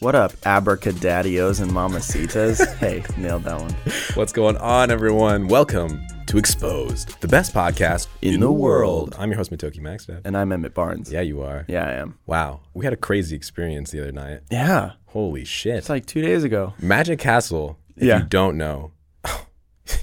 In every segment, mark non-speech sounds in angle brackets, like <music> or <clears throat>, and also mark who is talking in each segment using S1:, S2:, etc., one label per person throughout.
S1: What up, abracadadios and <laughs> mamacitas? hey, nailed that one.
S2: What's going on, everyone? Welcome to Exposed, the best podcast
S1: In the world.
S2: I'm your host, Matoki Maxted.
S1: And I'm Emmett Barnes.
S2: Yeah, you are.
S1: Yeah, I am.
S2: Wow. We had a crazy experience the other night.
S1: Yeah.
S2: Holy shit.
S1: It's like two days ago.
S2: Magic Castle, if
S1: Yeah.
S2: you don't know, <laughs>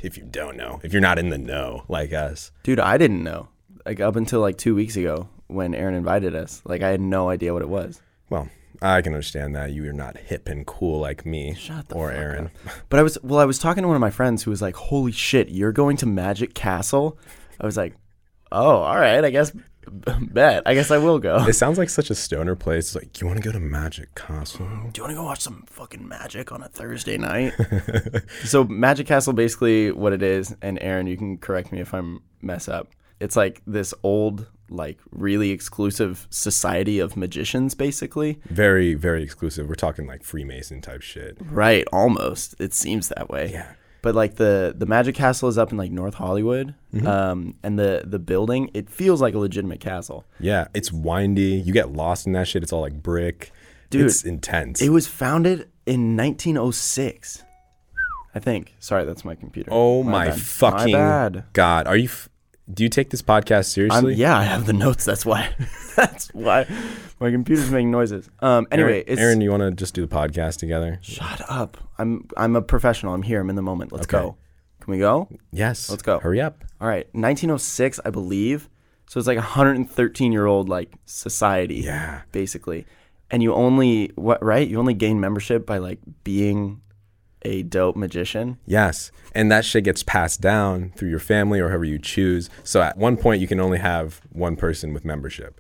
S2: if you don't know, if you're not in the know like us,
S1: Dude, I didn't know. Like up until like two weeks ago when Aaron invited us. Like I had no idea what it was.
S2: well, I can understand that. You are not hip and cool like me or Aaron.
S1: But I was well, I was talking to one of my friends who was like, Holy shit, you're going to Magic Castle? I was like, Oh, all right, I guess <laughs> bet. I guess I will go.
S2: It sounds like such a stoner place. It's like, you want to go to Magic Castle?
S1: do you want to go watch some fucking magic on a Thursday
S2: <laughs>
S1: night? so Magic Castle, basically what it is, and Aaron, you can correct me if I'm mess up. It's like this old, like really exclusive society of magicians, basically.
S2: Very, very exclusive. We're talking like Freemason type shit.
S1: Right, almost. It seems that way.
S2: Yeah.
S1: But like the the Magic Castle is up in like North Hollywood,
S2: Mm-hmm.
S1: um, and the the building it feels like a legitimate castle.
S2: Yeah, it's windy. You get lost in that shit. It's all like brick.
S1: Dude,
S2: it's intense.
S1: It was founded in 1906, I think. Sorry, that's my computer.
S2: oh my,
S1: bad.
S2: fucking
S1: my bad.
S2: god! Are you? F- do you take this podcast
S1: I'm,
S2: seriously?
S1: yeah, I have the notes. That's why. <laughs> that's why my computer's making noises. Um. Anyway,
S2: Aaron,
S1: it's
S2: Aaron, you want to just do the podcast together?
S1: shut up. I'm I'm a professional. I'm here. I'm in the moment. Let's
S2: Okay.
S1: go. Can we go?
S2: Yes.
S1: Let's go.
S2: Hurry up.
S1: All right. 1906, I believe. So it's like a 113 year old like society.
S2: Yeah.
S1: Basically, and you only what right? You only gain membership by like being a dope magician.
S2: Yes, and that shit gets passed down through your family or whoever you choose. So at one point, you can only have one person with membership.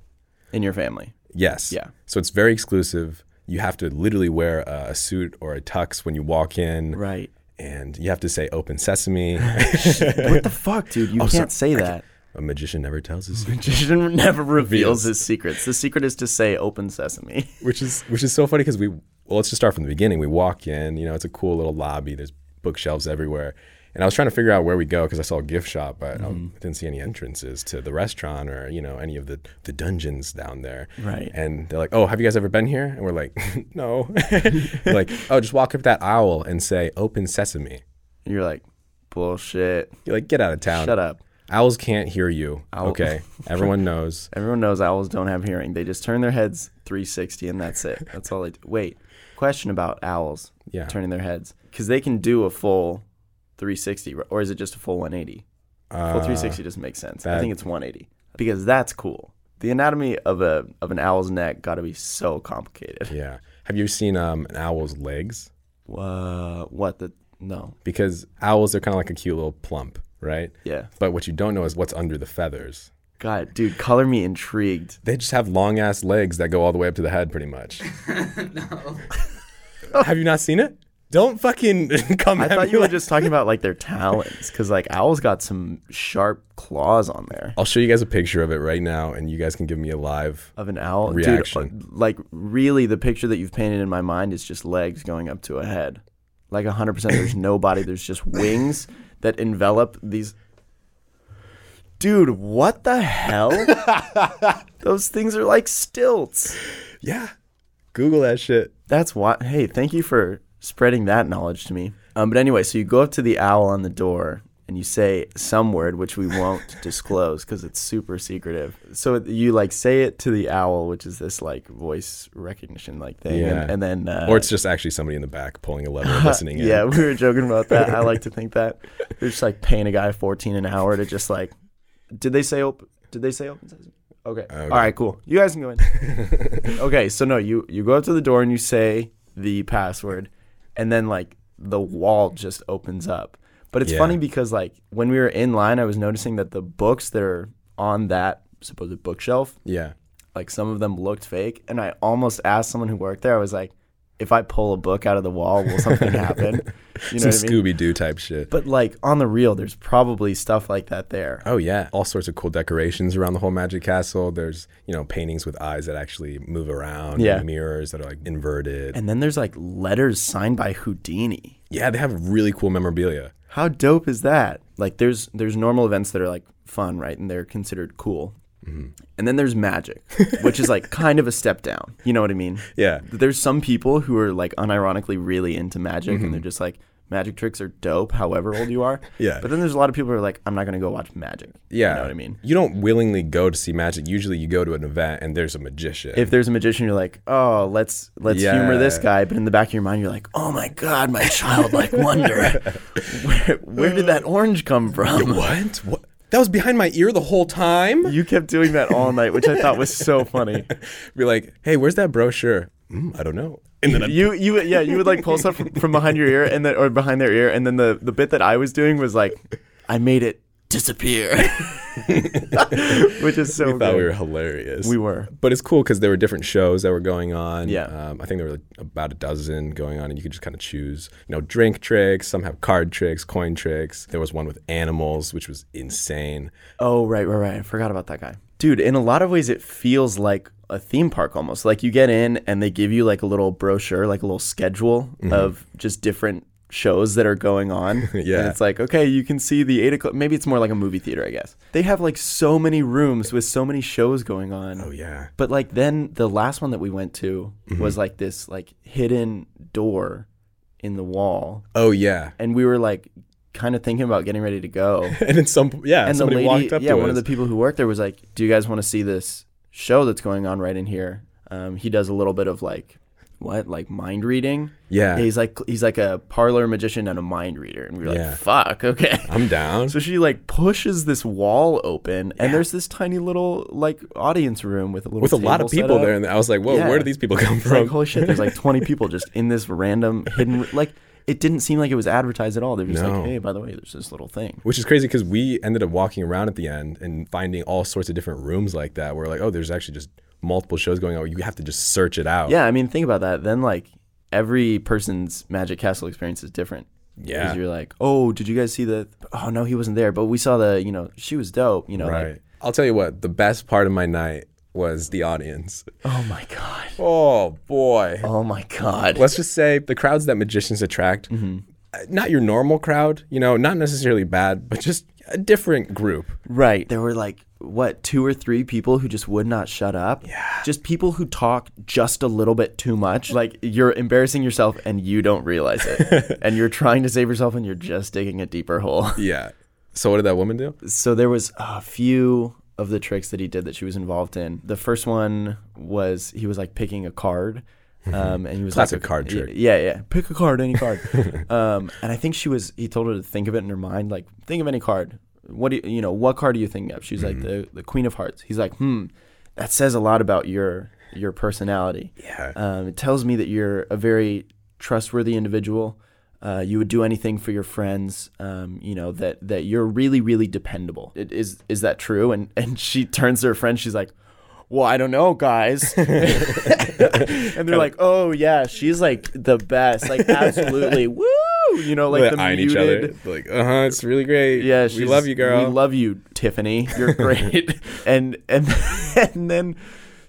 S1: in your family.
S2: Yes.
S1: Yeah.
S2: So it's very exclusive. You have to literally wear a, a suit or a tux when you walk in,
S1: Right.
S2: and you have to say
S1: <laughs>
S2: "Open Sesame." <laughs>
S1: What the fuck, dude?
S2: Oh,
S1: You can't say that.
S2: a magician never tells his
S1: <laughs>
S2: secret.
S1: Magician never reveals his secrets. The secret is to say open sesame.
S2: which is which is so funny because we well let's just start from the beginning we walk in you know it's a cool little lobby there's bookshelves everywhere and i was trying to figure out where we go because i saw a gift shop but um,
S1: Mm-hmm.
S2: i didn't see any entrances to the restaurant or you know any of the the dungeons down there
S1: Right.
S2: and they're like oh have you guys ever been here and we're like <laughs> no They're like oh just walk up that aisle and say open sesame
S1: And you're like, bullshit.
S2: you're like get out of town
S1: Shut up.
S2: owls can't hear you okay
S1: <laughs>
S2: everyone knows
S1: Everyone knows owls don't have hearing. They just turn their heads 360 and that's it. That's all they do. Wait, question about owls
S2: Yeah.
S1: turning their heads. Because they can do a full 360, or is it just a full 180? full 360 doesn't make sense. I
S2: Uh, that-
S1: think it's 180 because that's cool. The anatomy of a of an owl's neck got to be so complicated.
S2: yeah have you seen um, an owl's legs
S1: Whoa, what the? No.
S2: because owls are kind of like a cute little plump, right?
S1: Yeah.
S2: But what you don't know is what's under the feathers.
S1: God, dude, color me intrigued.
S2: They just have long ass legs that go all the way up to the head, pretty much. have you not seen it? Don't fucking <laughs> come
S1: I
S2: at
S1: thought
S2: me
S1: you were
S2: like-
S1: just talking about like their talons because like owls got some sharp claws on there
S2: I'll show you guys a picture of it right now, and you guys can give me a live.
S1: of an owl.
S2: Reaction.
S1: Dude, uh, like really, the picture that you've painted in my mind is just legs going up to a head. Like 100%, there's no body, there's just wings that envelop these. Dude, what the hell? Those things are like stilts.
S2: Yeah, Google that shit.
S1: That's why. Hey, thank you for spreading that knowledge to me. Um, but anyway, so you go up to the owl on the door and you say some word which we
S2: <laughs>
S1: won't disclose because it's super secretive. So you like say it to the owl, which is this like voice recognition like thing,
S2: Yeah.
S1: and, and then uh,
S2: Or it's just actually somebody in the back pulling a
S1: <laughs>
S2: lever, and listening in.
S1: yeah, we were joking about that. I like to think that they're just like paying a guy fourteen an hour to just like. Did they say open? Did they say open? sesame? Okay. All right. Cool. You guys can go in. okay. So no, you you go up to the door and you say the password, and then like the wall just opens up. But it's
S2: Yeah.
S1: funny because like when we were in line, I was noticing that the books that are on that supposed bookshelf
S2: yeah.
S1: like some of them looked fake and i almost asked someone who worked there i was like if i pull a book out of the wall will something happen you know
S2: Some
S1: what i mean
S2: Scooby Doo type shit.
S1: but like on the real there's probably stuff like that there
S2: Oh yeah, all sorts of cool decorations around the whole Magic Castle. There's you know paintings with eyes that actually move around.
S1: Yeah.
S2: mirrors that are like inverted.
S1: and then there's like letters signed by houdini
S2: yeah, they have really cool memorabilia.
S1: how dope is that like there's there's normal events that are like fun right and they're considered cool And then there's magic, which is like kind of a step down. You know what I mean?
S2: Yeah.
S1: There's some people who are like unironically really into magic and they're just like, magic tricks are dope, however old <laughs> you are.
S2: Yeah.
S1: But then there's a lot of people who are like, I'm not going to go watch magic.
S2: Yeah.
S1: You know what I mean?
S2: You don't willingly go to see magic. Usually you go to an event and there's a magician.
S1: If there's a magician, you're like, oh, let's let's
S2: Yeah.
S1: humor this guy. But in the back of your mind, you're like, oh my god, my childlike <laughs> wonder, where where did that orange come from?
S2: <laughs> what? What? That was behind my ear the whole time?
S1: <laughs> You kept doing that all night, which I thought was so funny.
S2: Be like, hey, where's that brochure? Mm, I don't know.
S1: <laughs>
S2: And then I,
S1: You you yeah you would like pull stuff from, from behind your ear and then or behind their ear and then the the bit that I was doing was like I made it disappear, <laughs> which is so
S2: thought
S1: good.
S2: we were hilarious.
S1: We were.
S2: But it's cool because there were different shows that were going on.
S1: Yeah.
S2: Um, I think there were like about a dozen going on, and you could just kind of choose, you know, drink tricks. Some have card tricks, coin tricks. There was one with animals, which was insane.
S1: Oh right right right I forgot about that guy, dude. In a lot of ways, it feels like a theme park almost. Like you get in and they give you like a little brochure, like a little schedule
S2: Mm-hmm.
S1: of just different shows that are going on.
S2: <laughs> Yeah.
S1: And it's like, okay, you can see the eight o'clock. Maybe it's more like a movie theater, I guess. They have like so many rooms with so many shows going on.
S2: Oh, yeah.
S1: But like then the last one that we went to
S2: Mm-hmm.
S1: was like this like hidden door in the wall,
S2: Oh, yeah. <laughs>
S1: and we were like kind of thinking about getting ready to go.
S2: And then some, yeah,
S1: And
S2: somebody
S1: the lady,
S2: walked up
S1: yeah,
S2: to
S1: one of
S2: us.
S1: the people who worked there was like, "Do you guys want to see this show that's going on right in here?" Um, he does a little bit of like, what, like mind reading?
S2: Yeah.
S1: he's like he's like a parlor magician and a mind reader, and we were
S2: Yeah.
S1: like, "Fuck,
S2: <laughs>
S1: okay." <laughs>
S2: I'm down.
S1: So she like pushes this wall open, and there's this tiny little like audience room with a little
S2: with a lot
S1: table
S2: of
S1: set
S2: people
S1: up.
S2: there, and I was like, "Whoa,
S1: Yeah.
S2: where do these people come
S1: It's like,
S2: from?"
S1: holy shit, there's like 20 people just in this random hidden, like, it didn't seem like it was advertised at all. They were just
S2: No.
S1: like, hey, by the way, there's this little thing.
S2: Which is crazy because we ended up walking around at the end and finding all sorts of different rooms like that. Where like, oh, there's actually just multiple shows going on. You have to just search it out.
S1: Yeah, I mean, think about that. Then, like, every person's Magic Castle experience is different.
S2: Yeah.
S1: you're like, oh, did you guys see the, oh, no, he wasn't there, but we saw the, you know, she was dope, you know. like-
S2: Right. I'll tell you what. The best part of my night was the audience.
S1: oh my God.
S2: Oh boy.
S1: Oh my God.
S2: Let's just say the crowds that magicians attract. uh, Not your normal crowd, you know, not necessarily bad, but just a different group.
S1: Right. There were like what two or three people who just would not shut up. Yeah. Just people who talk just a little bit too much. Like you're embarrassing yourself and you don't realize it. and you're trying to save yourself and you're just digging a deeper hole.
S2: Yeah. So what did that woman do?
S1: so there was a few of the tricks that he did that she was involved in. The first one was he was like picking a card. Um, and he was
S2: Classic
S1: like,
S2: card trick.
S1: Yeah, yeah. Pick a card, any <laughs> card. um, and I think she was. He told her to think of it in her mind, like think of any card. What do you, you know? What card are you thinking of? She's like the the Queen of Hearts. He's like, hmm, that says a lot about your your personality.
S2: Yeah.
S1: Um, it tells me that you're a very trustworthy individual. Uh, you would do anything for your friends. Um, you know that that you're really, really dependable. It, is is that true? And and she turns to her friend. She's like, "Well, I don't know, <laughs> guys." and they're like, "Oh yeah, she's like the best.
S2: <laughs>
S1: Like absolutely, woo!" You know, like
S2: Like
S1: the
S2: eyeing
S1: muted.
S2: each other. Like, uh huh, it's really great.
S1: Yeah,
S2: we
S1: she's-
S2: love you, girl.
S1: We love you, Tiffany.
S2: <laughs>
S1: You're great. and and <laughs> and then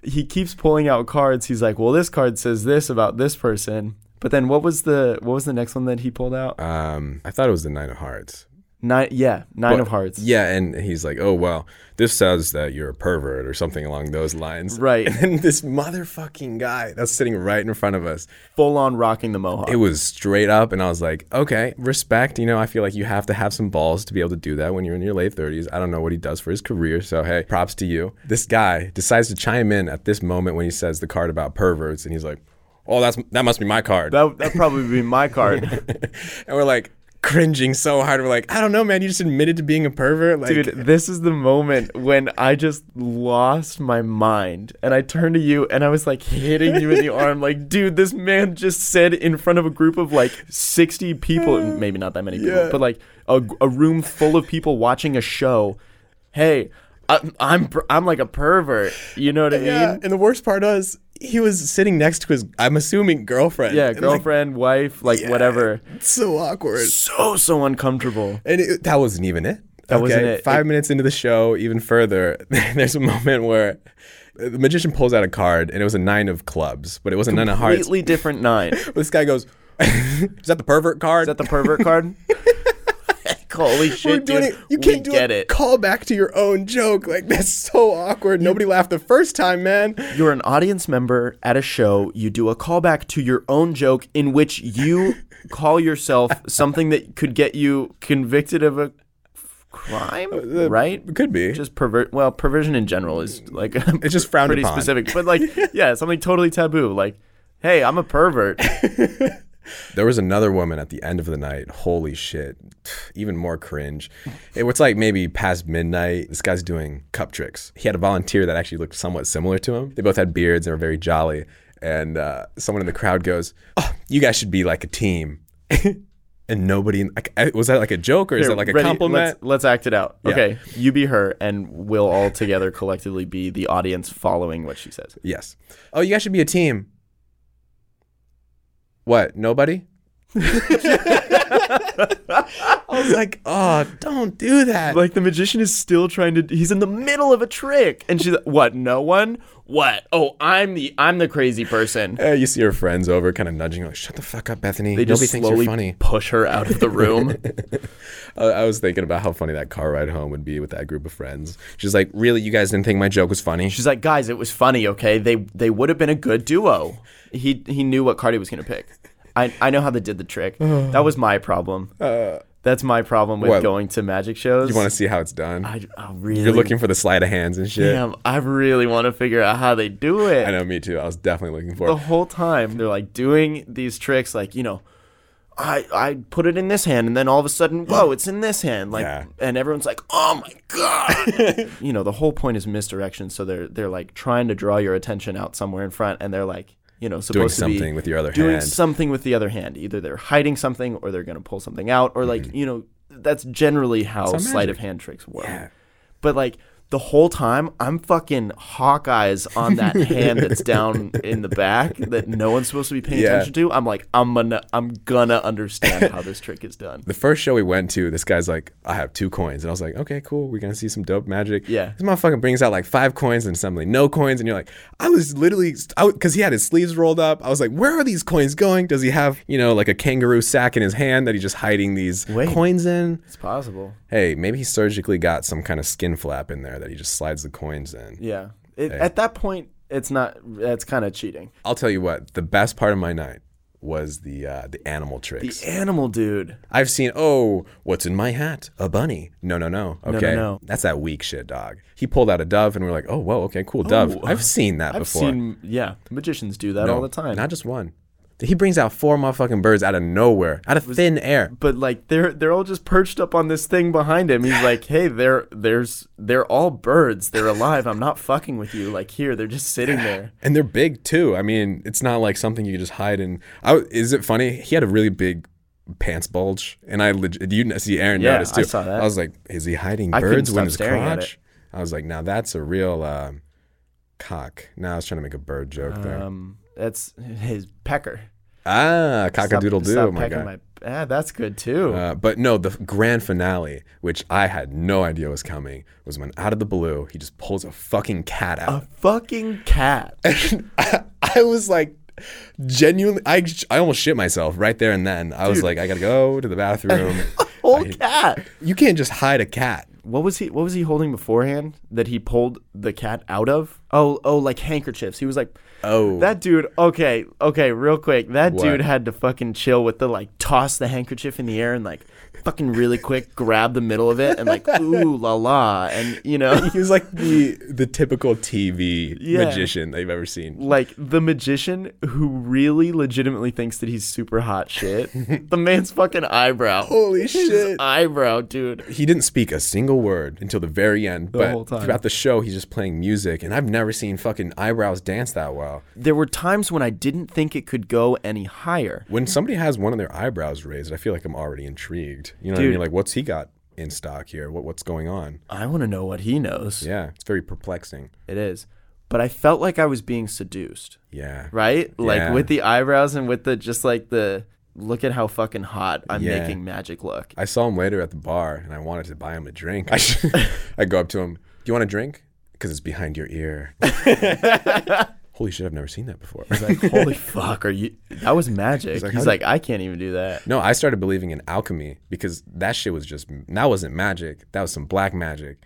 S1: he keeps pulling out cards. He's like, "Well, this card says this about this person." But then what was the what was the next one that he pulled out?
S2: Um, I thought it was the Nine of Hearts.
S1: Nine, yeah, nine
S2: But-
S1: of hearts.
S2: Yeah, and he's like, "Oh well, this says that you're a pervert or something along those lines."
S1: Right.
S2: <laughs> And then this motherfucking guy that's sitting right in front of us,
S1: Full on rocking the mohawk.
S2: it was straight up, and I was like, "Okay, respect." You know, I feel like you have to have some balls to be able to do that when you're in your late thirties. I don't know what he does for his career, so hey, props to you. This guy decides to chime in at this moment when he says the card about perverts, and he's like, "Oh, that's that must be my card."
S1: that that probably would be my card,
S2: <laughs> and we're like cringing so hard. We're like, "I don't know, man. You just admitted to being a pervert." Like,
S1: dude. This is the moment when I just lost my mind, and I turned to you, and I was like hitting you in the arm,
S2: <laughs>
S1: like, dude, this man just said in front of a group of like sixty people, maybe not that many people,
S2: Yeah.
S1: but like a, a room full of people watching a show. Hey, I, I'm per- I'm like a pervert. You know what I mean?
S2: Yeah,
S1: Yeah.
S2: and the worst part was he was sitting next to his, I'm assuming, girlfriend. And, like,
S1: girlfriend, wife, like whatever.
S2: it's so awkward.
S1: So so uncomfortable.
S2: And it, that wasn't even it. That
S1: wasn't it.
S2: Five minutes into the show, even further, <laughs> there's a moment where the magician pulls out a card, and it was a nine of clubs, but it wasn't nine of hearts.
S1: Completely different nine.
S2: <laughs> This guy goes, "Is that the pervert card?" <laughs>
S1: Is that the pervert card? <laughs> Holy shit,
S2: We're doing
S1: dude.
S2: it.
S1: We
S2: You can't do
S1: get
S2: a
S1: it.
S2: call back to your own joke. Like that's so awkward. Nobody laughed the first time, man.
S1: You're an audience member at a show. You do a callback to your own joke in which you call yourself something that could get you convicted of a f- crime,
S2: Uh,
S1: right?
S2: It could be.
S1: Just pervert. Well, perversion in general is like
S2: it's just frowned
S1: pretty
S2: upon.
S1: specific, but
S2: <laughs>
S1: like yeah, something totally taboo. Like, hey, I'm a pervert.
S2: There was another woman at the end of the night. Holy shit. <sighs> Even more cringe. It was like maybe past midnight. This guy's doing cup tricks. He had a volunteer that actually looked somewhat similar to him. They both had beards and were very jolly. And uh, someone in the crowd goes, oh, You guys should be like a team. <laughs> and nobody, in, like, I- was that like a joke or is that like a
S1: Ready?
S2: compliment?
S1: Let's, let's act it out. Okay, you be her, and we'll all together collectively be the audience following what she says.
S2: Yes. Oh, you guys should be a team. What? Nobody? <laughs> I was like, Oh, don't do that.
S1: Like the magician is still trying to. He's in the middle of a trick, and she's like, "What? No one? What? Oh, I'm the I'm the crazy person."
S2: Uh, you see her friends over, kind of nudging, like, "Shut the fuck up, Bethany."
S1: They just
S2: Nobody thinks
S1: slowly
S2: you're funny.
S1: push her out of the
S2: <laughs>
S1: room.
S2: Uh, I was thinking about how funny that car ride home would be with that group of friends. She's like, "Really, you guys didn't think my joke was funny?"
S1: she's like, "Guys, it was funny. Okay, they they would have been a good duo." He he knew what card he was gonna pick. I I know how they did the
S2: <sighs>
S1: trick. that was my problem. That's my problem with
S2: Uh, What?
S1: going to magic shows.
S2: You want to see how it's done?
S1: I, I really
S2: you're looking for the sleight of hands and shit.
S1: Damn, I really want to figure out how they do it.
S2: I know, me too. I was definitely looking for.
S1: The
S2: it.
S1: whole time they're like doing these tricks, like you know, I I put it in this hand, and then all of a
S2: <gasps>
S1: sudden, whoa, it's in this hand, like,
S2: Yeah.
S1: and everyone's like, oh my
S2: <laughs>
S1: god. you know, the whole point is misdirection, so they're they're like trying to draw your attention out somewhere in front, and they're like, you know, supposed
S2: Doing
S1: to be
S2: something with your other
S1: doing
S2: hand.
S1: something with the other hand. Either they're hiding something, or they're gonna pull something out, or like you know, that's generally how
S2: how
S1: sleight
S2: Mm-hmm. magic-
S1: of hand tricks work
S2: Yeah.
S1: but like the whole time I'm fucking Hawkeyes on
S2: <laughs>
S1: that hand that's down in the back that no one's supposed to be paying
S2: Yeah.
S1: attention to. I'm like, I'm gonna I'm gonna understand how this trick is
S2: <laughs>
S1: done.
S2: The first show we went to, this guy's like, "I have two coins," and I was like, "Okay, cool. We're gonna see some dope magic."
S1: Yeah.
S2: This motherfucker brings out like five coins and suddenly no coins, and you're like, "I was literally," because he had his sleeves rolled up. I was like, "Where are these coins going? Does he have you know like a kangaroo sack in his hand that he's just hiding these
S1: Wait.
S2: coins in?"
S1: It's possible.
S2: Hey, maybe he surgically got some kind of skin flap in there that he just slides the coins in.
S1: Yeah. It, At that point, it's not. That's kind of cheating.
S2: I'll tell you what, the best part of my night was the uh, the animal tricks.
S1: The animal dude.
S2: I've seen, oh, what's in my hat? A bunny. No, no, no. Okay.
S1: no.
S2: That's that weak shit, dog. He pulled out a dove and we are like, oh, whoa, okay, cool. Dove. I've seen that
S1: Oh, I've
S2: before.
S1: seen. Yeah, magicians do that all the time.
S2: Not just one. He brings out four motherfucking birds out of nowhere, out of thin air.
S1: but like they're they're all just perched up on this thing behind him. He's like, "Hey, they're there's they're all birds. They're alive. I'm not fucking with you. Like here, they're just
S2: <laughs>
S1: sitting there."
S2: And they're big too. I mean, it's not like something you could just hide in. I, w- is it funny? He had a really big pants bulge. And I legit, you kn- see Aaron
S1: Yeah,
S2: noticed too.
S1: I saw that.
S2: was like, is he hiding
S1: I couldn't
S2: birds
S1: stop
S2: with his
S1: staring at
S2: crotch? I was like, now that's a real uh, cock. Now I was trying to make a bird joke there.
S1: Um, that's his pecker.
S2: Ah, cockadoodle
S1: Stop- stop
S2: doo, my
S1: pecking
S2: guy.
S1: my- ah, that's good too.
S2: Uh, but no, the grand finale, which I had no idea was coming, was when out of the blue he just pulls a fucking cat
S1: a
S2: out.
S1: fucking cat.
S2: <laughs> I, I was like, genuinely, I I almost shit myself right there and then. I was like, I gotta go to
S1: <laughs>
S2: the bathroom.
S1: Whole cat.
S2: you can't just hide a cat.
S1: What was he? What was he holding beforehand that he pulled the cat out of? Oh, oh, like handkerchiefs. He was like,
S2: Oh.
S1: that dude. Okay, okay, real quick. That
S2: What?
S1: dude had to fucking chill with the like toss the handkerchief in the air and like fucking really quick grab the middle of it and
S2: <laughs>
S1: like ooh la la and you know
S2: He was like the the typical TV
S1: Yeah.
S2: magician that you've ever seen.
S1: like the magician who really legitimately thinks that he's super hot
S2: <laughs>
S1: shit. the man's fucking eyebrow.
S2: Holy
S1: His eyebrow, dude.
S2: he didn't speak a single word until the very end. but
S1: whole time.
S2: throughout the show, he's just playing music, and I've never seen fucking eyebrows dance that well.
S1: There were times when I didn't think it could go any higher.
S2: When somebody has one of their eyebrows raised, I feel like I'm already intrigued. You know what I mean?
S1: Dude.
S2: Like, what's he got in stock here? What what's going on?
S1: I want to know what he knows.
S2: Yeah, it's very perplexing.
S1: It is. But I felt like I was being seduced,
S2: Yeah,
S1: right? Like
S2: Yeah.
S1: with the eyebrows and with the just like the look at how fucking hot I'm
S2: Yeah.
S1: making magic
S2: <laughs>
S1: look.
S2: I saw him later at the bar, and I wanted to buy him a drink. <laughs> I,
S1: <laughs>
S2: I go up to him. Do you want a drink? Because it's behind your ear. holy shit, I've never seen that before.
S1: He's like, holy fuck, are you? That was magic. He's
S2: like,
S1: like,
S2: how do-
S1: I can't even do that.
S2: <laughs> No, I started believing in alchemy because that shit was just that wasn't magic. That was some black magic.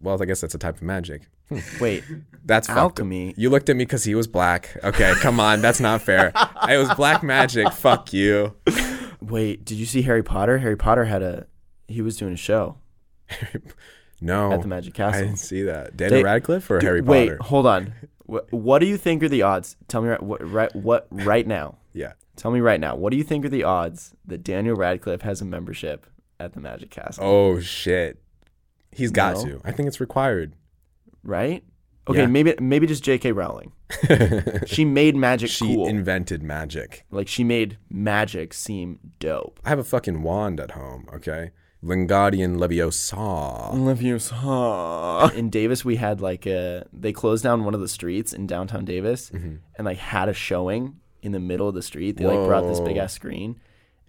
S2: Well, I guess that's a type of magic. Hmm,
S1: Wait,
S2: That's fucked up.
S1: Alchemy?
S2: You looked at me because he was black. Okay, come on, that's not fair. It was black magic. Fuck you.
S1: wait, did you see Harry Potter? Harry Potter had a, he was doing a show
S2: No,
S1: at the Magic
S2: Oh, I
S1: Castle.
S2: didn't see that. Daniel
S1: They-
S2: Radcliffe or Harry
S1: wait,
S2: Potter?
S1: hold on. What, what do you think are the odds? Tell me right, what, right, what, right now.
S2: Yeah,
S1: Tell me right now. What do you think are the odds that Daniel Radcliffe has a membership at the Magic Castle?
S2: Oh shit. He's got
S1: No.
S2: to. I think it's required.
S1: Right? Okay,
S2: Oh. Yeah.
S1: maybe maybe just J.K.
S2: <laughs>
S1: Rowling. she made magic
S2: She
S1: cool.
S2: invented magic.
S1: like she made magic seem dope.
S2: I have a fucking wand at home, okay? Wingardium Leviosa.
S1: In Davis, we had like a they closed down one of the streets in downtown Davis,
S2: Mm-hmm.
S1: and like had a showing in the middle of the street. They like brought this
S2: Whoa.
S1: big ass screen.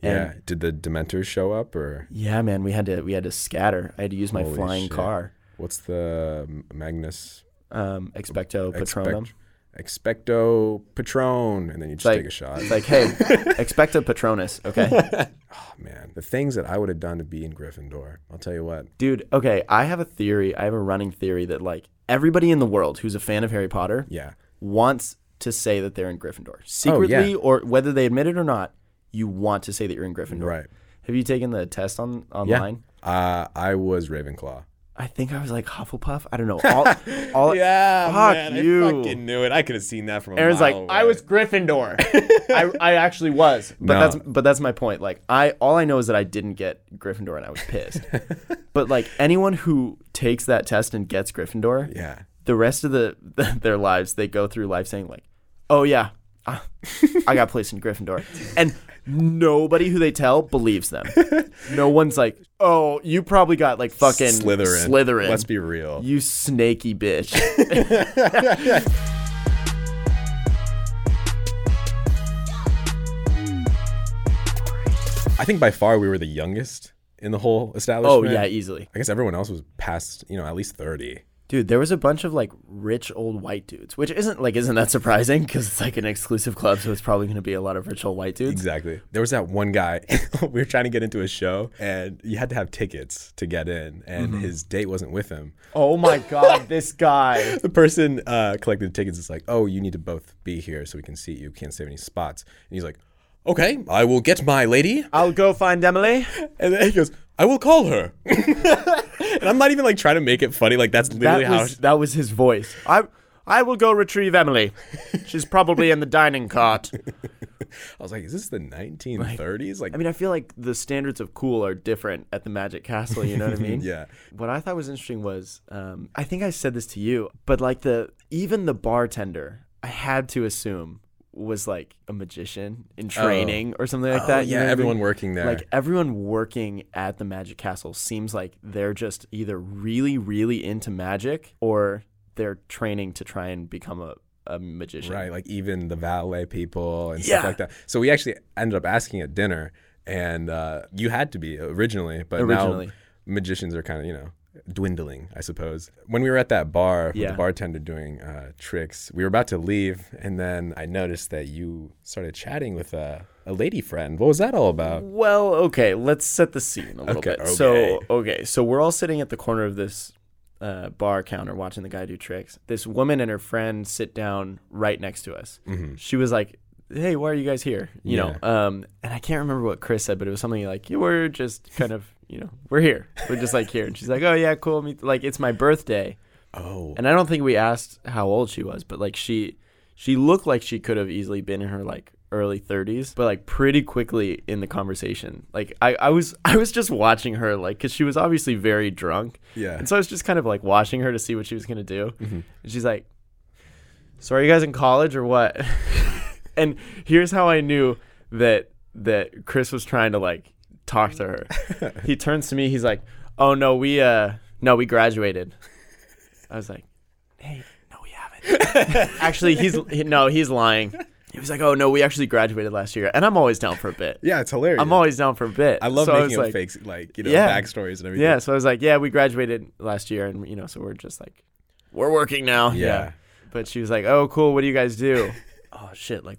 S2: Yeah.
S1: And
S2: Did the Dementors show up or
S1: yeah, man, we had to we had to scatter. I had to use my
S2: Holy
S1: flying
S2: shit.
S1: car.
S2: what's the Magnus
S1: Um, expecto patronum.
S2: Expect- Expecto Patron, and then you just
S1: like-
S2: take a shot.
S1: It's like,
S2: <laughs>
S1: hey, expecto patronus. Okay,
S2: oh, man, the things that I would have done to be in Gryffindor. I'll tell you what.
S1: dude. Okay, I have a theory. I have a running theory that like everybody in the world who's a fan of Harry Potter
S2: Yeah,
S1: wants to say that they're in Gryffindor secretly, or whether they admit it or not. You want to say that you're in Gryffindor.
S2: right.
S1: Have you taken the test on
S2: Yeah.
S1: online?
S2: Uh, I was Ravenclaw.
S1: I think I was like Hufflepuff. I don't <laughs> know. All, all
S2: Yeah,
S1: Fuck man, I you. fucking
S2: knew it. I could have seen that from.
S1: Aaron's like, I was
S2: <laughs>
S1: Gryffindor. I, I actually was, but
S2: No.
S1: that's but that's my point. Like, I all I know is that I didn't get Gryffindor, and I was
S2: <laughs>
S1: pissed. but like anyone who takes that test and gets Gryffindor,
S2: Yeah.
S1: the rest of the <laughs> their lives they go through life saying like, "Oh yeah, I, I got placed in Gryffindor," and nobody who they tell believes <laughs> them. No one's like, "Oh, you probably got like fucking
S2: Slytherin.
S1: Slytherin.
S2: Let's be real.
S1: you snaky <laughs> bitch."
S2: I think by far we were the youngest in the whole
S1: oh
S2: establishment.
S1: yeah, easily.
S2: I guess everyone else was past, you know, at least 30.
S1: Dude, there was a bunch of like rich old white dudes, which isn't like isn't that surprising because it's like an exclusive club, so it's probably going to be a lot of rich old white dudes.
S2: Exactly. There was that one guy. <laughs> we were trying to get into a show, and you had to have tickets to get in, and
S1: Mm-hmm.
S2: his date wasn't with him.
S1: Oh my god, this guy.
S2: The person uh, collected the tickets. It's like, oh, you need to both be here so we can seat you. Can't save any spots. And he's like, okay, I will get my lady.
S1: I'll go find Emily.
S2: And then he goes, I will call her. <laughs> and I'm not even like trying to make it funny. Like that's literally
S1: That
S2: how.
S1: was, that was his voice. I I will go retrieve Emily. She's probably in the dining cart.
S2: I was like, is this the 1930s? Like,
S1: I mean, I feel like the standards of cool are different at the Magic Castle, you know what I mean?
S2: <laughs> yeah.
S1: What I thought was interesting was, um, I think I said this to you, but like the even the bartender, I had to assume was like a magician in training or something like
S2: Oh,
S1: that. you
S2: yeah,
S1: know what I
S2: everyone
S1: mean?
S2: working there.
S1: Like everyone working at the Magic Castle seems like they're just either really, really into magic or they're training to try and become a, a magician.
S2: Right, like even the valet people and
S1: Yeah.
S2: stuff like that. So we actually ended up asking at dinner, and uh, you had to be originally, but
S1: Originally.
S2: now magicians are kind of you know dwindling, I suppose. When we were at that bar, with
S1: Yeah.
S2: the bartender doing uh, tricks, we were about to leave, and then I noticed that you started chatting with a, a lady friend. What was that all about?
S1: Well, okay, let's set the scene a little
S2: Okay,
S1: bit. So,
S2: okay.
S1: okay, so we're all sitting at the corner of this uh, bar counter watching the guy do tricks. This woman and her friend sit down right next to us.
S2: Mm-hmm.
S1: She was like, "Hey, why are you guys here?" You know, um, and I can't remember what Chris said, but it was something like, "You were just kind of, you know, we're here. We're just like here." And she's like, "Oh yeah, cool. Me, like it's my birthday."
S2: Oh,
S1: And I don't think we asked how old she was, but like she she looked like she could have easily been in her like early 30s, but like pretty quickly in the conversation. Like I I was <laughs> I was just watching her like cuz she was obviously very drunk.
S2: Yeah. Mm-hmm.
S1: And so I was just kind of like watching her to see what she was going to do. And she's like, "So are you guys in college or
S2: <laughs>
S1: what?" and here's how I knew that that Chris was trying to like talk to her.
S2: <laughs>
S1: he turns to me, he's like, "Oh no, we uh no, we graduated." I was like, "Hey, no, we haven't."
S2: <laughs>
S1: actually, he's he, no, he's lying. He was like, "Oh no, we actually graduated last year," and I'm always down for a bit.
S2: yeah, it's hilarious.
S1: I'm always down for a bit.
S2: I love
S1: So was
S2: making up
S1: like-
S2: fakes, like you know,
S1: Yeah.
S2: backstories and everything.
S1: Yeah, so I was like, "Yeah, we graduated last year," and you know, so we're just like, "We're working now."
S2: yeah.
S1: But she was like, "Oh, cool. What do you guys do?"
S2: <laughs>
S1: oh shit! Like,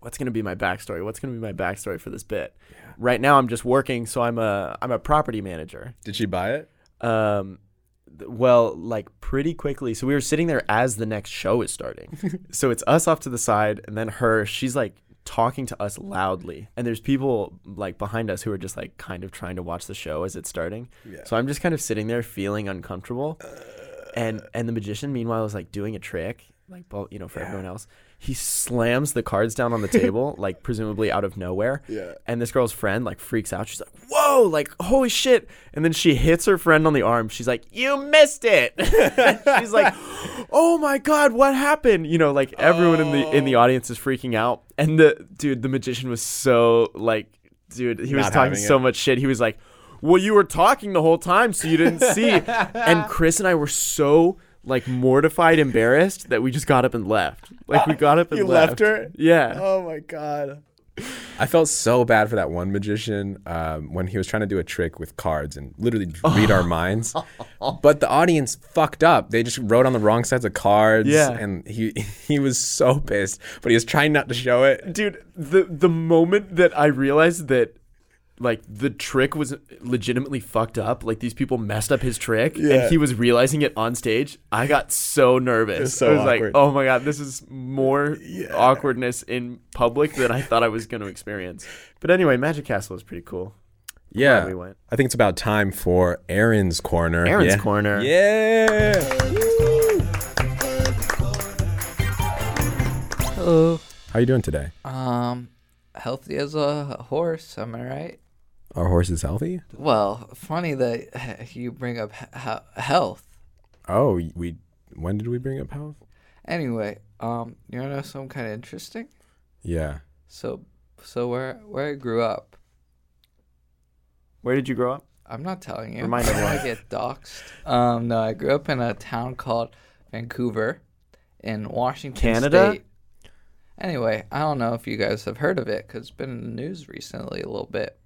S1: what's gonna be my backstory? What's gonna be my backstory for this bit? Right now, I'm just working, so I'm a I'm a property manager.
S2: Did she buy it?
S1: Um, th- well, like pretty quickly. So we were sitting there as the next show is starting. so it's us off to the side, and then her. She's like talking to us loudly, and there's people like behind us who are just like kind of trying to watch the show as it's starting.
S2: Yeah.
S1: So I'm just kind of sitting there feeling uncomfortable, and and the magician meanwhile is like doing a trick, like bo- you know for everyone else. He slams the cards down on the table, like presumably out of nowhere.
S2: Yeah.
S1: And this girl's friend like freaks out. She's like, "Whoa! Like holy shit!" And then she hits her friend on the arm. She's like, "You missed it." <laughs> She's like, "Oh my god, what happened?" You know, like everyone in the in the audience is freaking out. And the dude, the magician was so like, dude, he was
S2: Not
S1: talking
S2: having
S1: so
S2: it.
S1: much shit. He was like, "Well, you were talking the whole time, so you didn't
S2: <laughs>
S1: see." and Chris and I were so like mortified, embarrassed that we just got up and left. Like we got up and
S2: You left her?
S1: Yeah.
S2: Oh my god. I felt so bad for that one magician um, when he was trying to do a trick with cards and literally read
S1: <laughs>
S2: our minds. But the audience fucked up. They just wrote on the wrong sides of cards.
S1: Yeah.
S2: And he <laughs> he was so pissed, but he was trying not to show it.
S1: dude the the moment that i realized that like the trick was legitimately fucked up like these people messed up his trick
S2: Yeah.
S1: and he was realizing it on stage i got so nervous
S2: so
S1: i was like
S2: awkward.
S1: oh my god this is more awkwardness in public than i thought i was going to experience but anyway magic castle is pretty cool
S2: Yeah.
S1: we went.
S2: I think it's about time for Aaron's corner.
S1: aaron's
S2: Yeah.
S1: corner
S2: Yeah.
S3: Hello.
S2: How are you doing today?
S3: Um, healthy as a horse. Am I right?
S2: Our horse is healthy?
S3: Well, funny that <laughs> you bring up he- he- health.
S2: Oh, we when did we bring up health?
S3: Anyway, um, you wanna know something kind of interesting?
S2: Yeah.
S3: So, so where where I grew up,
S1: where did you grow up
S3: I'm not telling you.
S1: Remind
S3: <laughs> I don't wanna get doxxed. Um, no, I grew up in a town called Vancouver, in Washington
S1: Canada?
S3: State. Anyway, I don't know if you guys have heard of it because it's been in the news recently a little bit.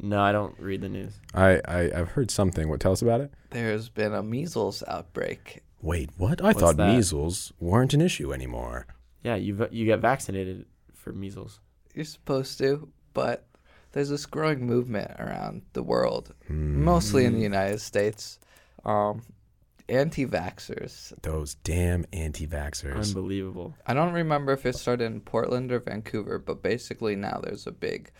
S1: no i don't read the news
S2: I, I I've heard something. What tell us about it?
S3: There's been a measles outbreak
S2: Wait, what? I thought
S1: that?
S2: measles weren't an issue anymore.
S1: yeah you va- you get vaccinated for measles
S3: you're supposed to, but there's this growing movement around the world,
S2: Hmm,
S3: mostly in the
S1: Mm.
S3: United States, um, anti-vaxxers.
S2: Those damn anti-vaxxers.
S1: unbelievable
S3: I don't remember if it started in Portland or Vancouver, but basically now there's a big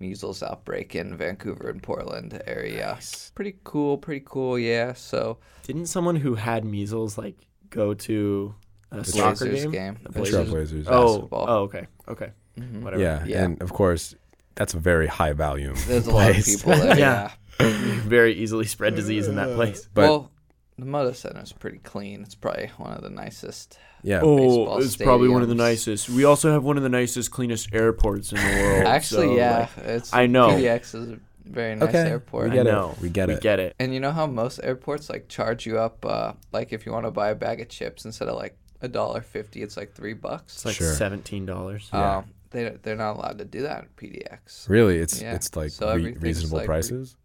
S3: measles outbreak in Vancouver and Portland area. Pretty cool, pretty cool, yeah. So
S1: didn't someone who had measles like go to a soccer
S3: Blazers
S1: game?
S3: game. Mm-hmm.
S1: The
S2: The
S1: Blazers-
S2: Trailblazers.
S1: Oh,
S3: basketball.
S1: oh, okay, okay, whatever.
S2: yeah,
S3: Yeah.
S2: and of course, that's a very high volume.
S3: There's a lot of
S2: place.
S3: people there.
S1: <laughs> Yeah.
S3: yeah.
S1: <laughs> Very easily spread disease in that place.
S2: But
S3: well, the Moda Center's pretty clean. It's probably one of the nicest.
S2: yeah,
S1: Oh,
S3: Baseball
S1: it's probably one of the
S3: stadiums.
S1: nicest. We also have one of the nicest, cleanest airports in the
S3: <laughs>
S1: world.
S3: Actually,
S1: so,
S3: yeah,
S1: like,
S3: it's
S1: I know.
S3: PDX is a very nice
S2: Okay,
S3: airport.
S2: we get
S1: I
S2: it.
S1: know.
S2: We get
S1: We
S2: it.
S1: get it.
S3: And you know how most airports like charge you up, uh, like if you want to buy a bag of chips instead of like a dollar fifty, it's like three bucks.
S1: It's like
S2: Sure. Oh.
S1: seventeen dollars.
S3: um, they they're not allowed to do that at PDX.
S2: really, it's
S3: Yeah.
S2: it's like
S3: So
S2: re-
S3: everything's
S2: reasonable
S3: like re-
S2: prices.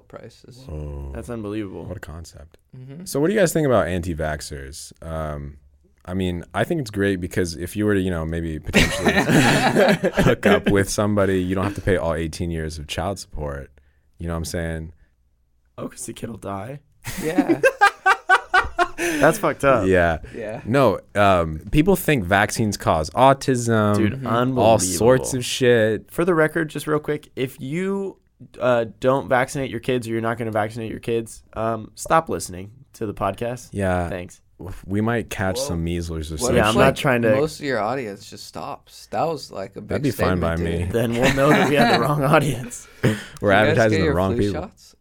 S2: <laughs>
S3: prices.
S2: oh,
S1: That's unbelievable.
S2: what a concept.
S3: Mm-hmm.
S2: So, what do you guys think about anti-vaxxers? Um, I mean, I think it's great because if you were to, you know, maybe
S3: <laughs>
S2: potentially hook up with somebody, you don't have to pay all 18 years of child support. You know what I'm saying?
S1: Oh, because the kid will die. <laughs>
S3: Yeah,
S1: That's fucked up,
S2: Yeah.
S3: yeah.
S2: No, um, people think vaccines cause autism,
S1: dude.
S3: Mm-hmm.
S1: Unbelievable.
S2: all sorts of shit.
S1: for the record, just real quick, if you uh, don't vaccinate your kids or you're not going to vaccinate your kids, um, stop listening to the podcast.
S2: Yeah,
S1: Thanks.
S2: we might catch some measles or
S3: What
S2: something.
S1: Yeah,
S3: if,
S1: I'm not trying to-
S3: Most of your audience just stops. That was like a big.
S2: That'd be fine
S3: statement,
S2: by
S3: dude.
S2: me.
S3: You
S1: Then we'll know that we had the wrong audience.
S2: We're
S3: guys
S2: advertising
S3: get
S2: the
S3: your
S2: wrong
S3: flu
S2: people.
S3: Shots?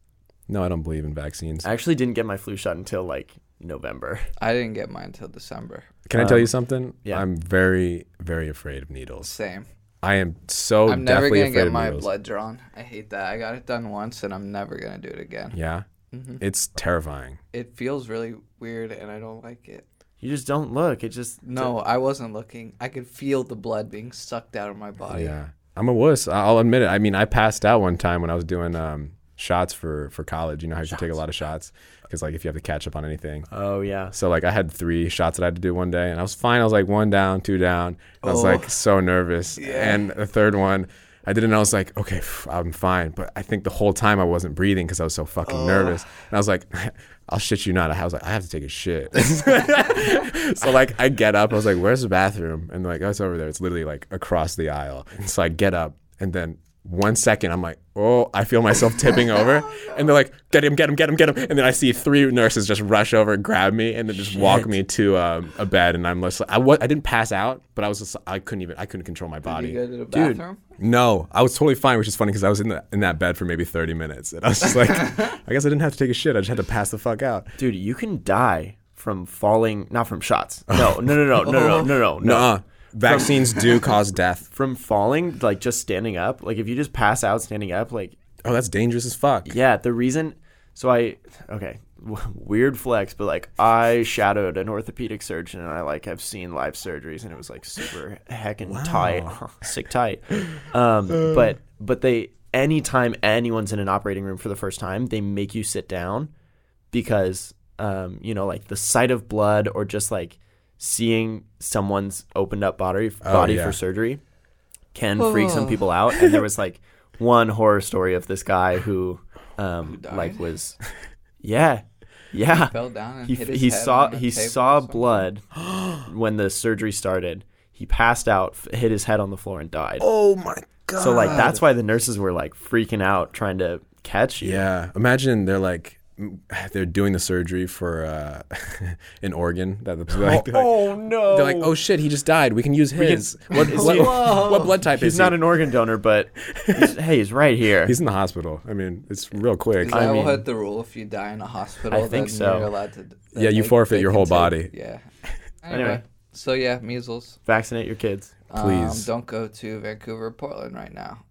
S2: No, I don't believe in vaccines.
S1: I actually didn't get my flu shot until like November.
S3: I didn't get mine until December.
S2: Can I tell you something?
S1: um, yeah.
S2: I'm very, very afraid of needles.
S3: Same.
S2: I am so
S3: I'm never
S2: Oh, definitely
S3: gonna
S2: afraid
S3: get
S2: of
S3: my
S2: needles.
S3: blood drawn. I hate that. I got it done once, and I'm never gonna do it again.
S2: Yeah,
S1: Mm-hmm.
S2: it's terrifying.
S3: It feels really weird, and I don't like it.
S1: You just don't look. It just
S3: No, I wasn't looking. I could feel the blood being sucked out of my body.
S2: Yeah, I'm a wuss. I- I'll admit it. I mean, I passed out one time when I was doing um, shots for for college. You know how you should take a lot of shots because like if you have to catch up on anything.
S1: Oh yeah.
S2: So like I had three shots that I had to do one day, and I was fine. I was like one down, two down. And I was
S3: Oh.
S2: like so nervous.
S3: Yeah.
S2: And the third one, I did it, and I was like, okay, phew, I'm fine. But I think the whole time I wasn't breathing because I was so fucking
S3: Oh.
S2: nervous. And I was like, <laughs> I'll shit you not. I was like, I have to take a
S3: <laughs>
S2: shit. <laughs> so like I get up. I was like, where's the bathroom? And they're like, oh, it's over there. It's literally like across the aisle. And so I get up, and then. One second, I'm like, oh, I feel myself tipping over, and they're like, get him, get him, get him, get him, and then I see three nurses just rush over, grab me, and then just walk me to um, a bed, and I'm just, I wa- I didn't pass out, but I was just, I couldn't even, I couldn't control my body.
S3: You go to the bathroom.
S2: No, I was totally fine, which is funny because I was in the in that bed for maybe thirty minutes, and I was just like, I guess I didn't have to take a shit. I just had to pass the fuck out.
S1: Dude, you can die from falling, not from shots. No, no, no, no, no, no, no, no, no.
S2: Nuh-uh. vaccines do cause death.
S1: From falling, like just standing up. Like if you just pass out standing up, like
S2: Oh, that's dangerous as fuck.
S1: yeah. The reason, so I okay, w- weird flex, but like I shadowed an orthopedic surgeon, and I like have seen live surgeries, and it was like super heckin' tight, sick tight. Um, but but they anytime anyone's in an operating room for the first time, they make you sit down because um, you know like the sight of blood or just like seeing someone's opened up body body
S2: Oh, yeah.
S1: for surgery can freak some
S3: Oh.
S1: people out and there was
S3: <laughs>
S1: like one horror story of this guy who um
S3: died?
S1: like was <laughs> yeah yeah
S3: Fell down and
S1: he,
S3: hit
S1: he,
S3: his head
S1: saw
S3: on a
S1: he
S3: table or
S1: saw
S3: something. <gasps>
S1: blood when the surgery started he passed out f- hit his head on the floor and died
S2: Oh my god.
S1: so like that's why the nurses were like freaking out trying to catch you
S2: Yeah. Imagine they're like <sighs> they're doing the surgery for uh, <laughs> an organ that
S1: <gasps>
S2: the like, they're like,
S1: oh no
S2: they're like, oh shit, he just died. We can use his.
S1: <laughs>
S2: What,
S1: Is
S2: what,
S1: he-
S2: what blood type
S1: He's
S2: is
S1: not
S2: he?
S1: an organ donor, but
S2: <laughs>
S1: he's, hey, he's right here.
S2: He's in the hospital. I mean, it's real quick.
S3: Is that
S1: I mean-
S3: what the rule? If you die in a hospital,
S1: I think
S3: then
S1: so.
S3: you're allowed to.
S2: Yeah, you forfeit your whole body.
S3: Yeah.
S1: <laughs>
S3: Anyway,
S1: Anyway.
S3: so yeah, measles.
S1: Vaccinate your kids.
S3: Um,
S2: Please.
S3: don't go to Vancouver, or Portland right now.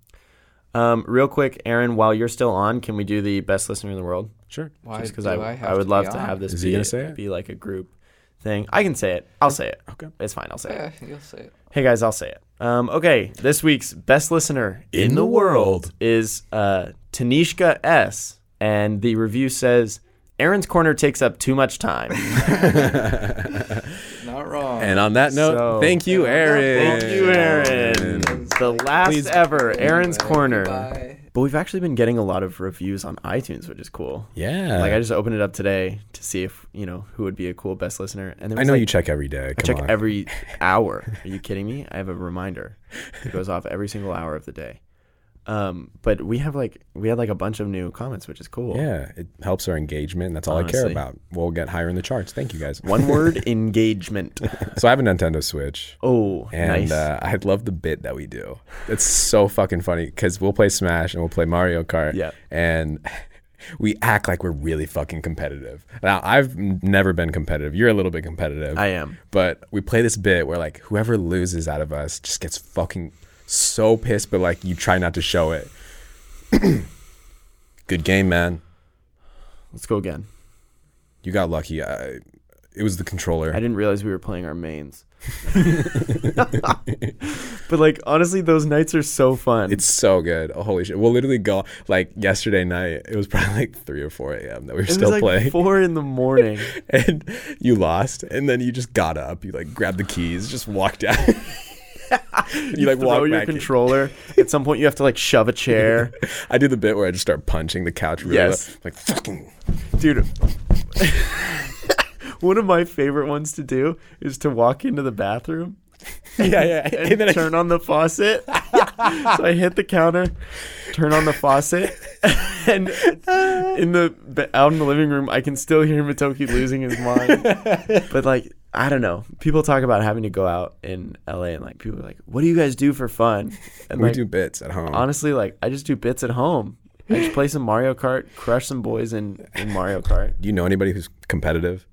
S1: Um, real quick, Aaron, while you're still on, can we do the best listener in the world?
S2: Sure.
S3: Why
S1: Just because
S3: do
S1: I,
S3: I,
S1: I,
S3: have
S1: would
S3: to
S1: love
S3: be
S1: to
S3: on?
S1: have this
S2: Is
S1: be,
S2: he gonna say it?
S1: be like a group thing. I can say it. I'll say it.
S2: Okay.
S1: It's fine. I'll say it.
S3: Yeah, you'll see it.
S1: Hey guys, I'll say it. Um, okay, this week's best listener
S2: In the world.
S1: is uh, Tanishka S, and the review says Aaron's corner takes up too much
S2: <laughs>
S1: time.
S3: Not wrong.
S2: And on that note,
S1: So-
S2: thank you, Aaron.
S1: Thank you, Aaron. The last
S2: Please-
S1: ever Aaron's corner.
S3: Goodbye.
S1: But we've actually been getting a lot of reviews on iTunes, which is cool.
S2: Yeah.
S1: Like I just opened it up today to see if you know who would be a cool best listener, and there
S2: I
S1: was,
S2: know
S1: like,
S2: you check every day. Come
S1: I check
S2: on. <laughs>
S1: every hour. Are you kidding me? I have a reminder that goes off every single hour of the day. Um, but we have like we had like a bunch of new comments, which is cool.
S2: yeah, it helps our engagement. That's all I care
S1: Honestly.
S2: about. We'll get higher in the charts. Thank you guys.
S1: One word engagement.
S2: <laughs> so I have a Nintendo Switch.
S1: Oh,
S2: And
S1: nice.
S2: uh, I love the bit that we do. It's so fucking funny because we'll play Smash and we'll play Mario Kart.
S1: Yeah.
S2: And <laughs> we act like we're really fucking competitive. Now, I've n- never been competitive. You're a little bit competitive.
S1: I am.
S2: But we play this bit where, like, whoever loses out of us just gets fucking so pissed, but, like, you try not to show it. <clears throat> Good game, man.
S1: Let's go again.
S2: You got lucky. I, it was the controller.
S1: I didn't realize we were playing our
S2: <laughs>
S1: mains. but like honestly, those nights are so fun.
S2: It's so good. Oh, holy shit. We'll literally go like yesterday night. It was probably like 3 or 4 a.m. that we were
S1: it
S2: still
S1: was like
S2: playing.
S1: four in the morning.
S2: <laughs> And you lost. And then you just got up. You like grabbed the keys, just walked out. <laughs> you, like
S1: Throw
S2: walk
S1: your
S2: back.
S1: controller. At some point, you have to like shove a chair.
S2: <laughs> I do the bit where I just start punching the couch. Really
S1: Yes.
S2: loud. Like fucking.
S1: dude one of my favorite ones to do is to walk into the bathroom
S2: Yeah, yeah.
S1: <laughs> and,
S2: And then I,
S1: turn on the faucet <laughs> so i hit the counter turn on the faucet <laughs> and in the ba- out in the living room i can still hear matoki losing his <laughs> mind but like i don't know people talk about having to go out in la and like people are like what do you guys do for fun and
S2: <laughs> we
S1: like
S2: do bits at home.
S1: honestly like i just do bits at home i just play some mario kart crush some boys in, in mario kart
S2: do you know anybody who's competitive?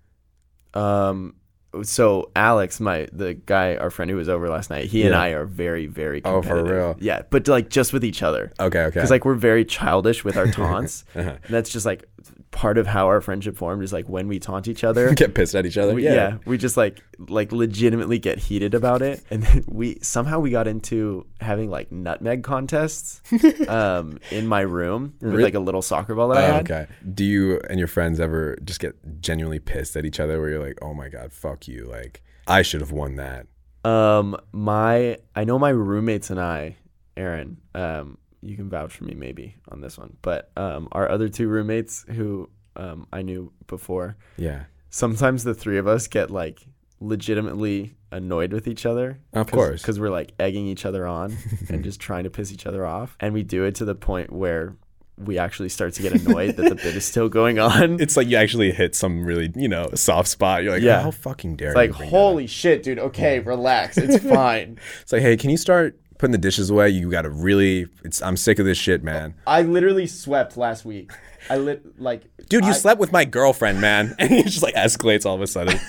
S1: Um, so Alex, my the guy, our friend who was over last night, he and
S2: Yeah.
S1: I are very, very
S2: Oh, for
S1: competitive.
S2: real? Oh,
S1: Yeah, but like just with each other,
S2: Okay, Uh-huh. okay.
S1: because like we're very childish with our taunts. and that's just like part of how our friendship formed is like when we taunt each other.
S2: <laughs> Get pissed at each other.
S1: we-
S2: <laughs> yeah.
S1: yeah. we just like like legitimately get heated about it, and then we somehow we got into having like nutmeg
S2: <laughs>
S1: contests um, in my room with
S2: Really?
S1: like a little soccer ball that I
S2: Oh,
S1: had.
S2: okay. Do you and your friends ever just get genuinely pissed at each other where you're like, oh my God, fuck you? Like, I should have won that.
S1: Um, my I know my roommates and I, Aaron. Um, you can vouch for me maybe on this one, but um, our other two roommates who um I knew before,
S2: Yeah.
S1: sometimes the three of us get like legitimately annoyed with each other.
S2: Of course.
S1: because we're like egging each other
S2: <laughs>
S1: on and just trying to piss each other off, and we do it to the point where we actually start to get annoyed that the bit is still going
S2: <laughs>
S1: on.
S2: It's like you actually hit some really, you know, soft spot. You're like,
S1: Yeah.
S2: how fucking dare
S1: It's
S2: you?
S1: like
S2: bring that up?"
S1: holy shit, dude. Okay, relax.
S2: <laughs>
S1: It's fine.
S2: It's like, hey, can you start putting the dishes away? You got to really, it's, I'm sick of this shit, man.
S1: I literally swept last week. I lit like
S2: Dude, you
S1: I-
S2: slept with my girlfriend, man. <laughs> And it just like escalates all of a sudden.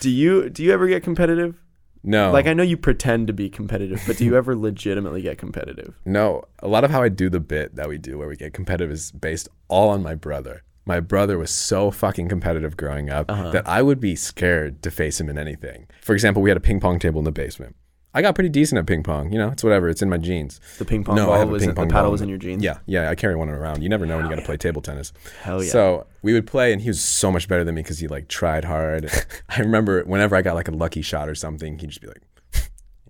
S1: Do you do you ever get competitive?
S2: No.
S1: <laughs> Like I know you pretend to be competitive, but do <laughs> you ever legitimately get competitive?
S2: No, a lot of how I do the bit that we do where we get competitive is based all on my brother. My brother was so fucking competitive growing up
S1: Uh-huh.
S2: that I would be scared to face him in anything. For example, we had a ping pong table in the basement. I got pretty decent at ping pong. You know, it's whatever. It's in my jeans.
S1: The ping pong
S2: No, I
S1: ball
S2: have a
S1: was
S2: ping
S1: in,
S2: pong
S1: the paddle
S2: ball
S1: was in
S2: in
S1: your jeans.
S2: Yeah, yeah, I carry one around. You never know when you're gonna play table tennis.
S1: Hell yeah.
S2: So we would play, and he was so much better than me because he like tried hard. <laughs> I remember whenever I got like a lucky shot or something, he'd just be like, <laughs>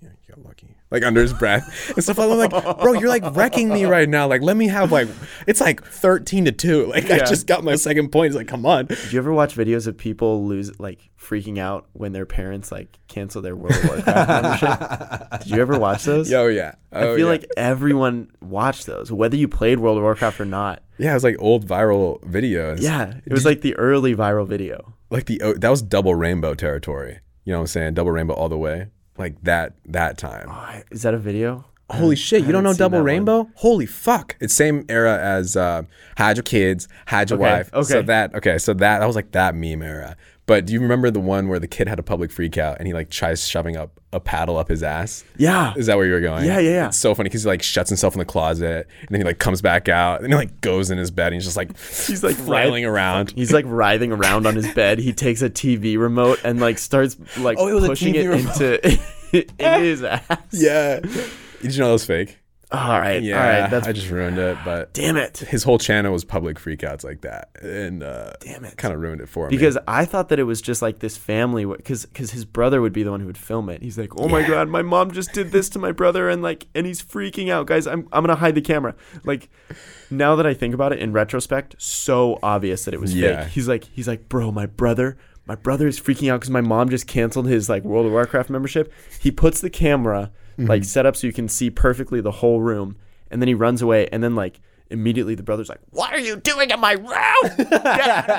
S2: "Yeah, you got lucky," like under his breath and stuff. I'm like, "Bro, you're like wrecking me right now. Like, let me have like, it's like thirteen to two. <laughs> Like, I
S1: Yeah.
S2: just got my second point. He's like, come on."
S1: Did you ever watch videos of people lose like freaking out when their parents like cancel their World of
S2: <laughs>
S1: Warcraft membership? Did you ever watch those?
S2: Yo, yeah.
S1: I
S2: Oh,
S1: feel
S2: yeah.
S1: like everyone watched those, whether you played World of Warcraft or not.
S2: yeah, it was like old viral videos.
S1: Yeah, it was like the early viral video.
S2: like the oh, that was double rainbow territory. You know what I'm saying? Double rainbow all the way. Like that that time.
S1: I- Is that a video?
S2: Holy shit, you don't know
S1: seen that
S2: Double
S1: one.
S2: Rainbow? Holy fuck. It's same era as uh hide your kids, hide your
S1: Okay,
S2: wife. So
S1: okay.
S2: that okay, so that I was like that meme era. But do you remember the one where the kid had a public freak out and he like tries shoving up a paddle up his ass?
S1: Yeah.
S2: Is that where you were going?
S1: Yeah, yeah, yeah.
S2: It's so funny because he like shuts himself in the closet and then he like comes back out and he like goes in his bed and he's
S1: <laughs>
S2: just like he's
S1: like,
S2: flailing around.
S1: He's like writhing around on his bed. He takes a TV remote and like starts like
S2: Oh, it was a
S1: pushing
S2: TV
S1: it
S2: remote.
S1: <laughs> into into his ass.
S2: Yeah. Did you know that was fake?
S1: All right.
S2: Yeah.
S1: All right. That's
S2: I just ruined it, but
S1: damn it.
S2: his whole channel was public freakouts like that, and uh, damn
S1: it.
S2: kind of ruined it for me.
S1: Because I thought that it was just like this family, because because his brother would be the one who would film it. He's like, "Oh my god, my mom just did this to my brother," and like, and he's freaking out, guys. I'm I'm gonna hide the camera. Like, now that I think about it in retrospect, so obvious that it was
S2: Yeah.
S1: fake. He's like, he's like, bro, my brother, my brother is freaking out because my mom just canceled his like World of Warcraft membership. He puts the camera
S2: Mm-hmm.
S1: like set up so you can see perfectly the whole room, and then he runs away, and then like. Immediately, the brother's like, "What are you doing in my room? Get out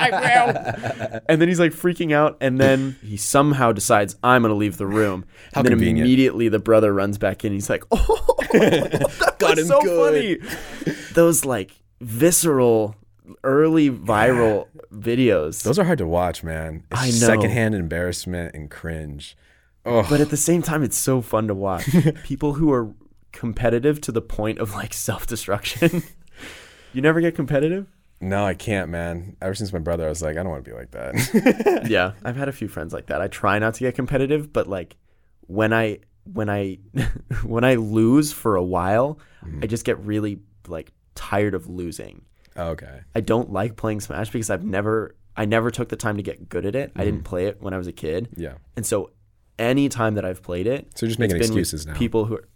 S1: of my room!" And then he's like freaking out, and then <laughs> he somehow decides I'm gonna leave the room.
S2: How
S1: and then
S2: convenient.
S1: immediately the brother runs back in. He's like, <laughs> "Oh, that
S2: Got
S1: was
S2: him
S1: so
S2: good."
S1: funny." Those like visceral, early <laughs> viral videos.
S2: those are hard to watch, man. It's
S1: I
S2: just
S1: know.
S2: secondhand embarrassment and cringe. Oh,
S1: but at the same time, it's so fun to <laughs> watch. People who are competitive to the point of like self destruction. <laughs> you never get competitive.
S2: no, I can't, man. Ever since my brother, I was like, I don't want to be like that. <laughs>
S1: yeah i've had a few friends like that i try not to get competitive but like when i when i <laughs> when i lose for a while
S2: Mm-hmm.
S1: i just get really like tired of losing
S2: Oh, okay,
S1: i don't like playing smash because i've never i never took the time to get good at it i
S2: Mm-hmm.
S1: didn't play it when i was a kid
S2: yeah.
S1: and so any time that i've played it
S2: So you're just making
S1: it's been with
S2: excuses now.
S1: people who are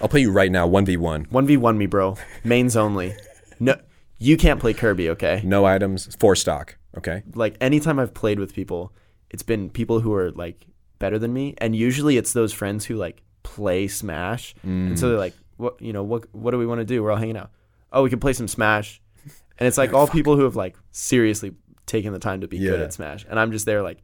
S2: I'll play you right now, one v one.
S1: 1v1 me bro mains only no you can't play kirby okay
S2: No items, four stock. Okay,
S1: like anytime I've played with people, it's been people who are like better than me, and usually it's those friends who like play Smash, and
S2: Mm.
S1: so they're like, "What you know? What what do we want to do? We're all hanging out. Oh, we can play some Smash," and it's
S2: <laughs>
S1: like all people who have like seriously taken the time to be good
S2: Oh, Yeah.
S1: at Smash, and I'm just there like,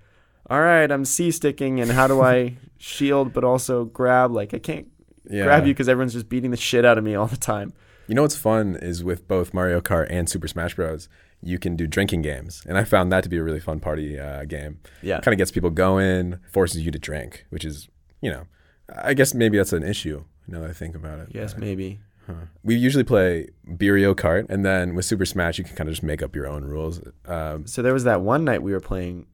S1: "All right, I'm C sticking, and how do
S2: <laughs>
S1: I shield but also grab? Like I can't."
S2: Yeah.
S1: Grab you because everyone's just beating the shit out of me all the time.
S2: you know what's fun is with both Mario Kart and Super Smash Bros. You can do drinking games, and I found that to be a really fun party uh, game.
S1: Yeah.
S2: kind of gets people going, forces you to drink, which is, you know, I guess maybe that's an issue. Now that I think about it,
S1: Yes, maybe.
S2: We usually play Birio Kart, and then with Super Smash, you can kind of just make up your own rules. Um,
S1: So there was that one night we were playing,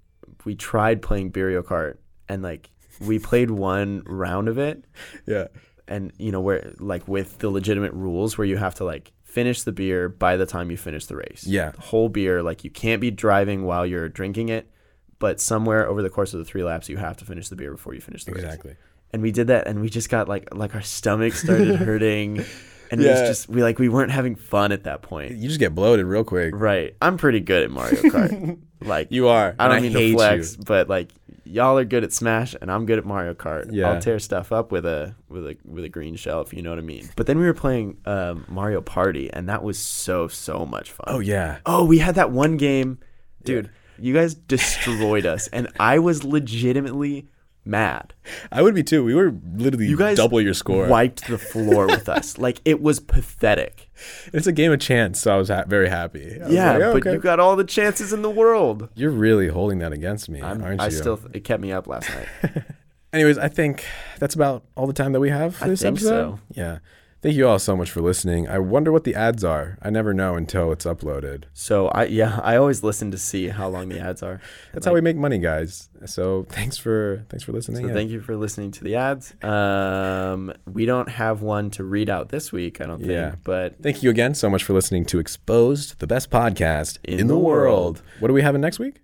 S1: we tried playing Birio Kart, and like we played one round of it,
S2: yeah.
S1: and you know where like with the legitimate rules where you have to like finish the beer by the time you finish the race.
S2: Yeah.
S1: The whole beer, like you can't be driving while you're drinking it, but somewhere over the course of the three laps, you have to finish the beer before you finish the race.
S2: Exactly.
S1: and we did that and we just got like like our stomach
S2: <laughs>
S1: started hurting and it
S2: Yeah.
S1: was just we like we weren't having fun at that point
S2: You just get bloated real quick.
S1: right i'm pretty good at mario kart
S2: <laughs>
S1: like
S2: You are.
S1: i
S2: and
S1: don't mean
S2: hate
S1: to
S2: you.
S1: flex but like y'all are good at smash and i'm good at mario kart
S2: Yeah.
S1: i'll tear stuff up with a with a with a green shell if you know what i mean but then we were playing um, mario party and that was so so much fun
S2: Oh yeah.
S1: Oh, we had that one game, dude. You guys destroyed us, and I was legitimately mad.
S2: I would be too. We were literally
S1: You guys
S2: double your score.
S1: Wiped the floor with
S2: <laughs>
S1: us. Like it was pathetic.
S2: It's a game of chance, so I was ha- very happy. I was
S1: yeah,
S2: like, "Oh,
S1: but
S2: okay."
S1: you got all the chances in the world.
S2: You're really holding that against me,
S1: I'm,
S2: aren't
S1: I
S2: you?
S1: still it kept me up last night.
S2: Anyways, I think that's about all the time that we have for
S1: I
S2: this
S1: think
S2: episode.
S1: so.
S2: Yeah. Thank you all so much for listening. I wonder what the ads are. I never know until it's uploaded.
S1: So I yeah, <laughs> I always listen to see how long the ads are.
S2: That's how we make money, guys. So thanks for thanks for listening.
S1: So
S2: in.
S1: thank you for listening to the ads. Um, we don't have one to read out this week, I don't think.
S2: Yeah.
S1: But
S2: Thank you again so much for listening to Exposed, the best podcast in,
S1: In
S2: the,
S1: the
S2: world. What do we have in next week?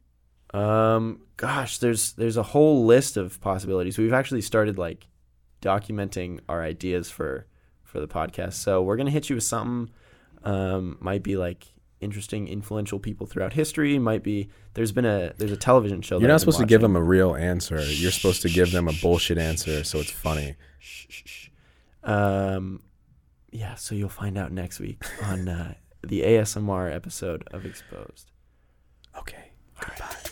S1: Um, gosh, there's there's a whole list of possibilities. We've actually started like documenting our ideas for for the podcast. So we're gonna hit you with something. Um, might be like interesting, influential people throughout history. Might be there's been a there's a television show. that
S2: You're not
S1: I've been
S2: supposed to give
S1: watching.
S2: them a real answer. You're supposed to give them a bullshit answer so it's funny.
S1: Shh, shh, shh. Um, yeah. So you'll find out next week on uh, the ASMR episode of Exposed.
S2: Okay. Goodbye.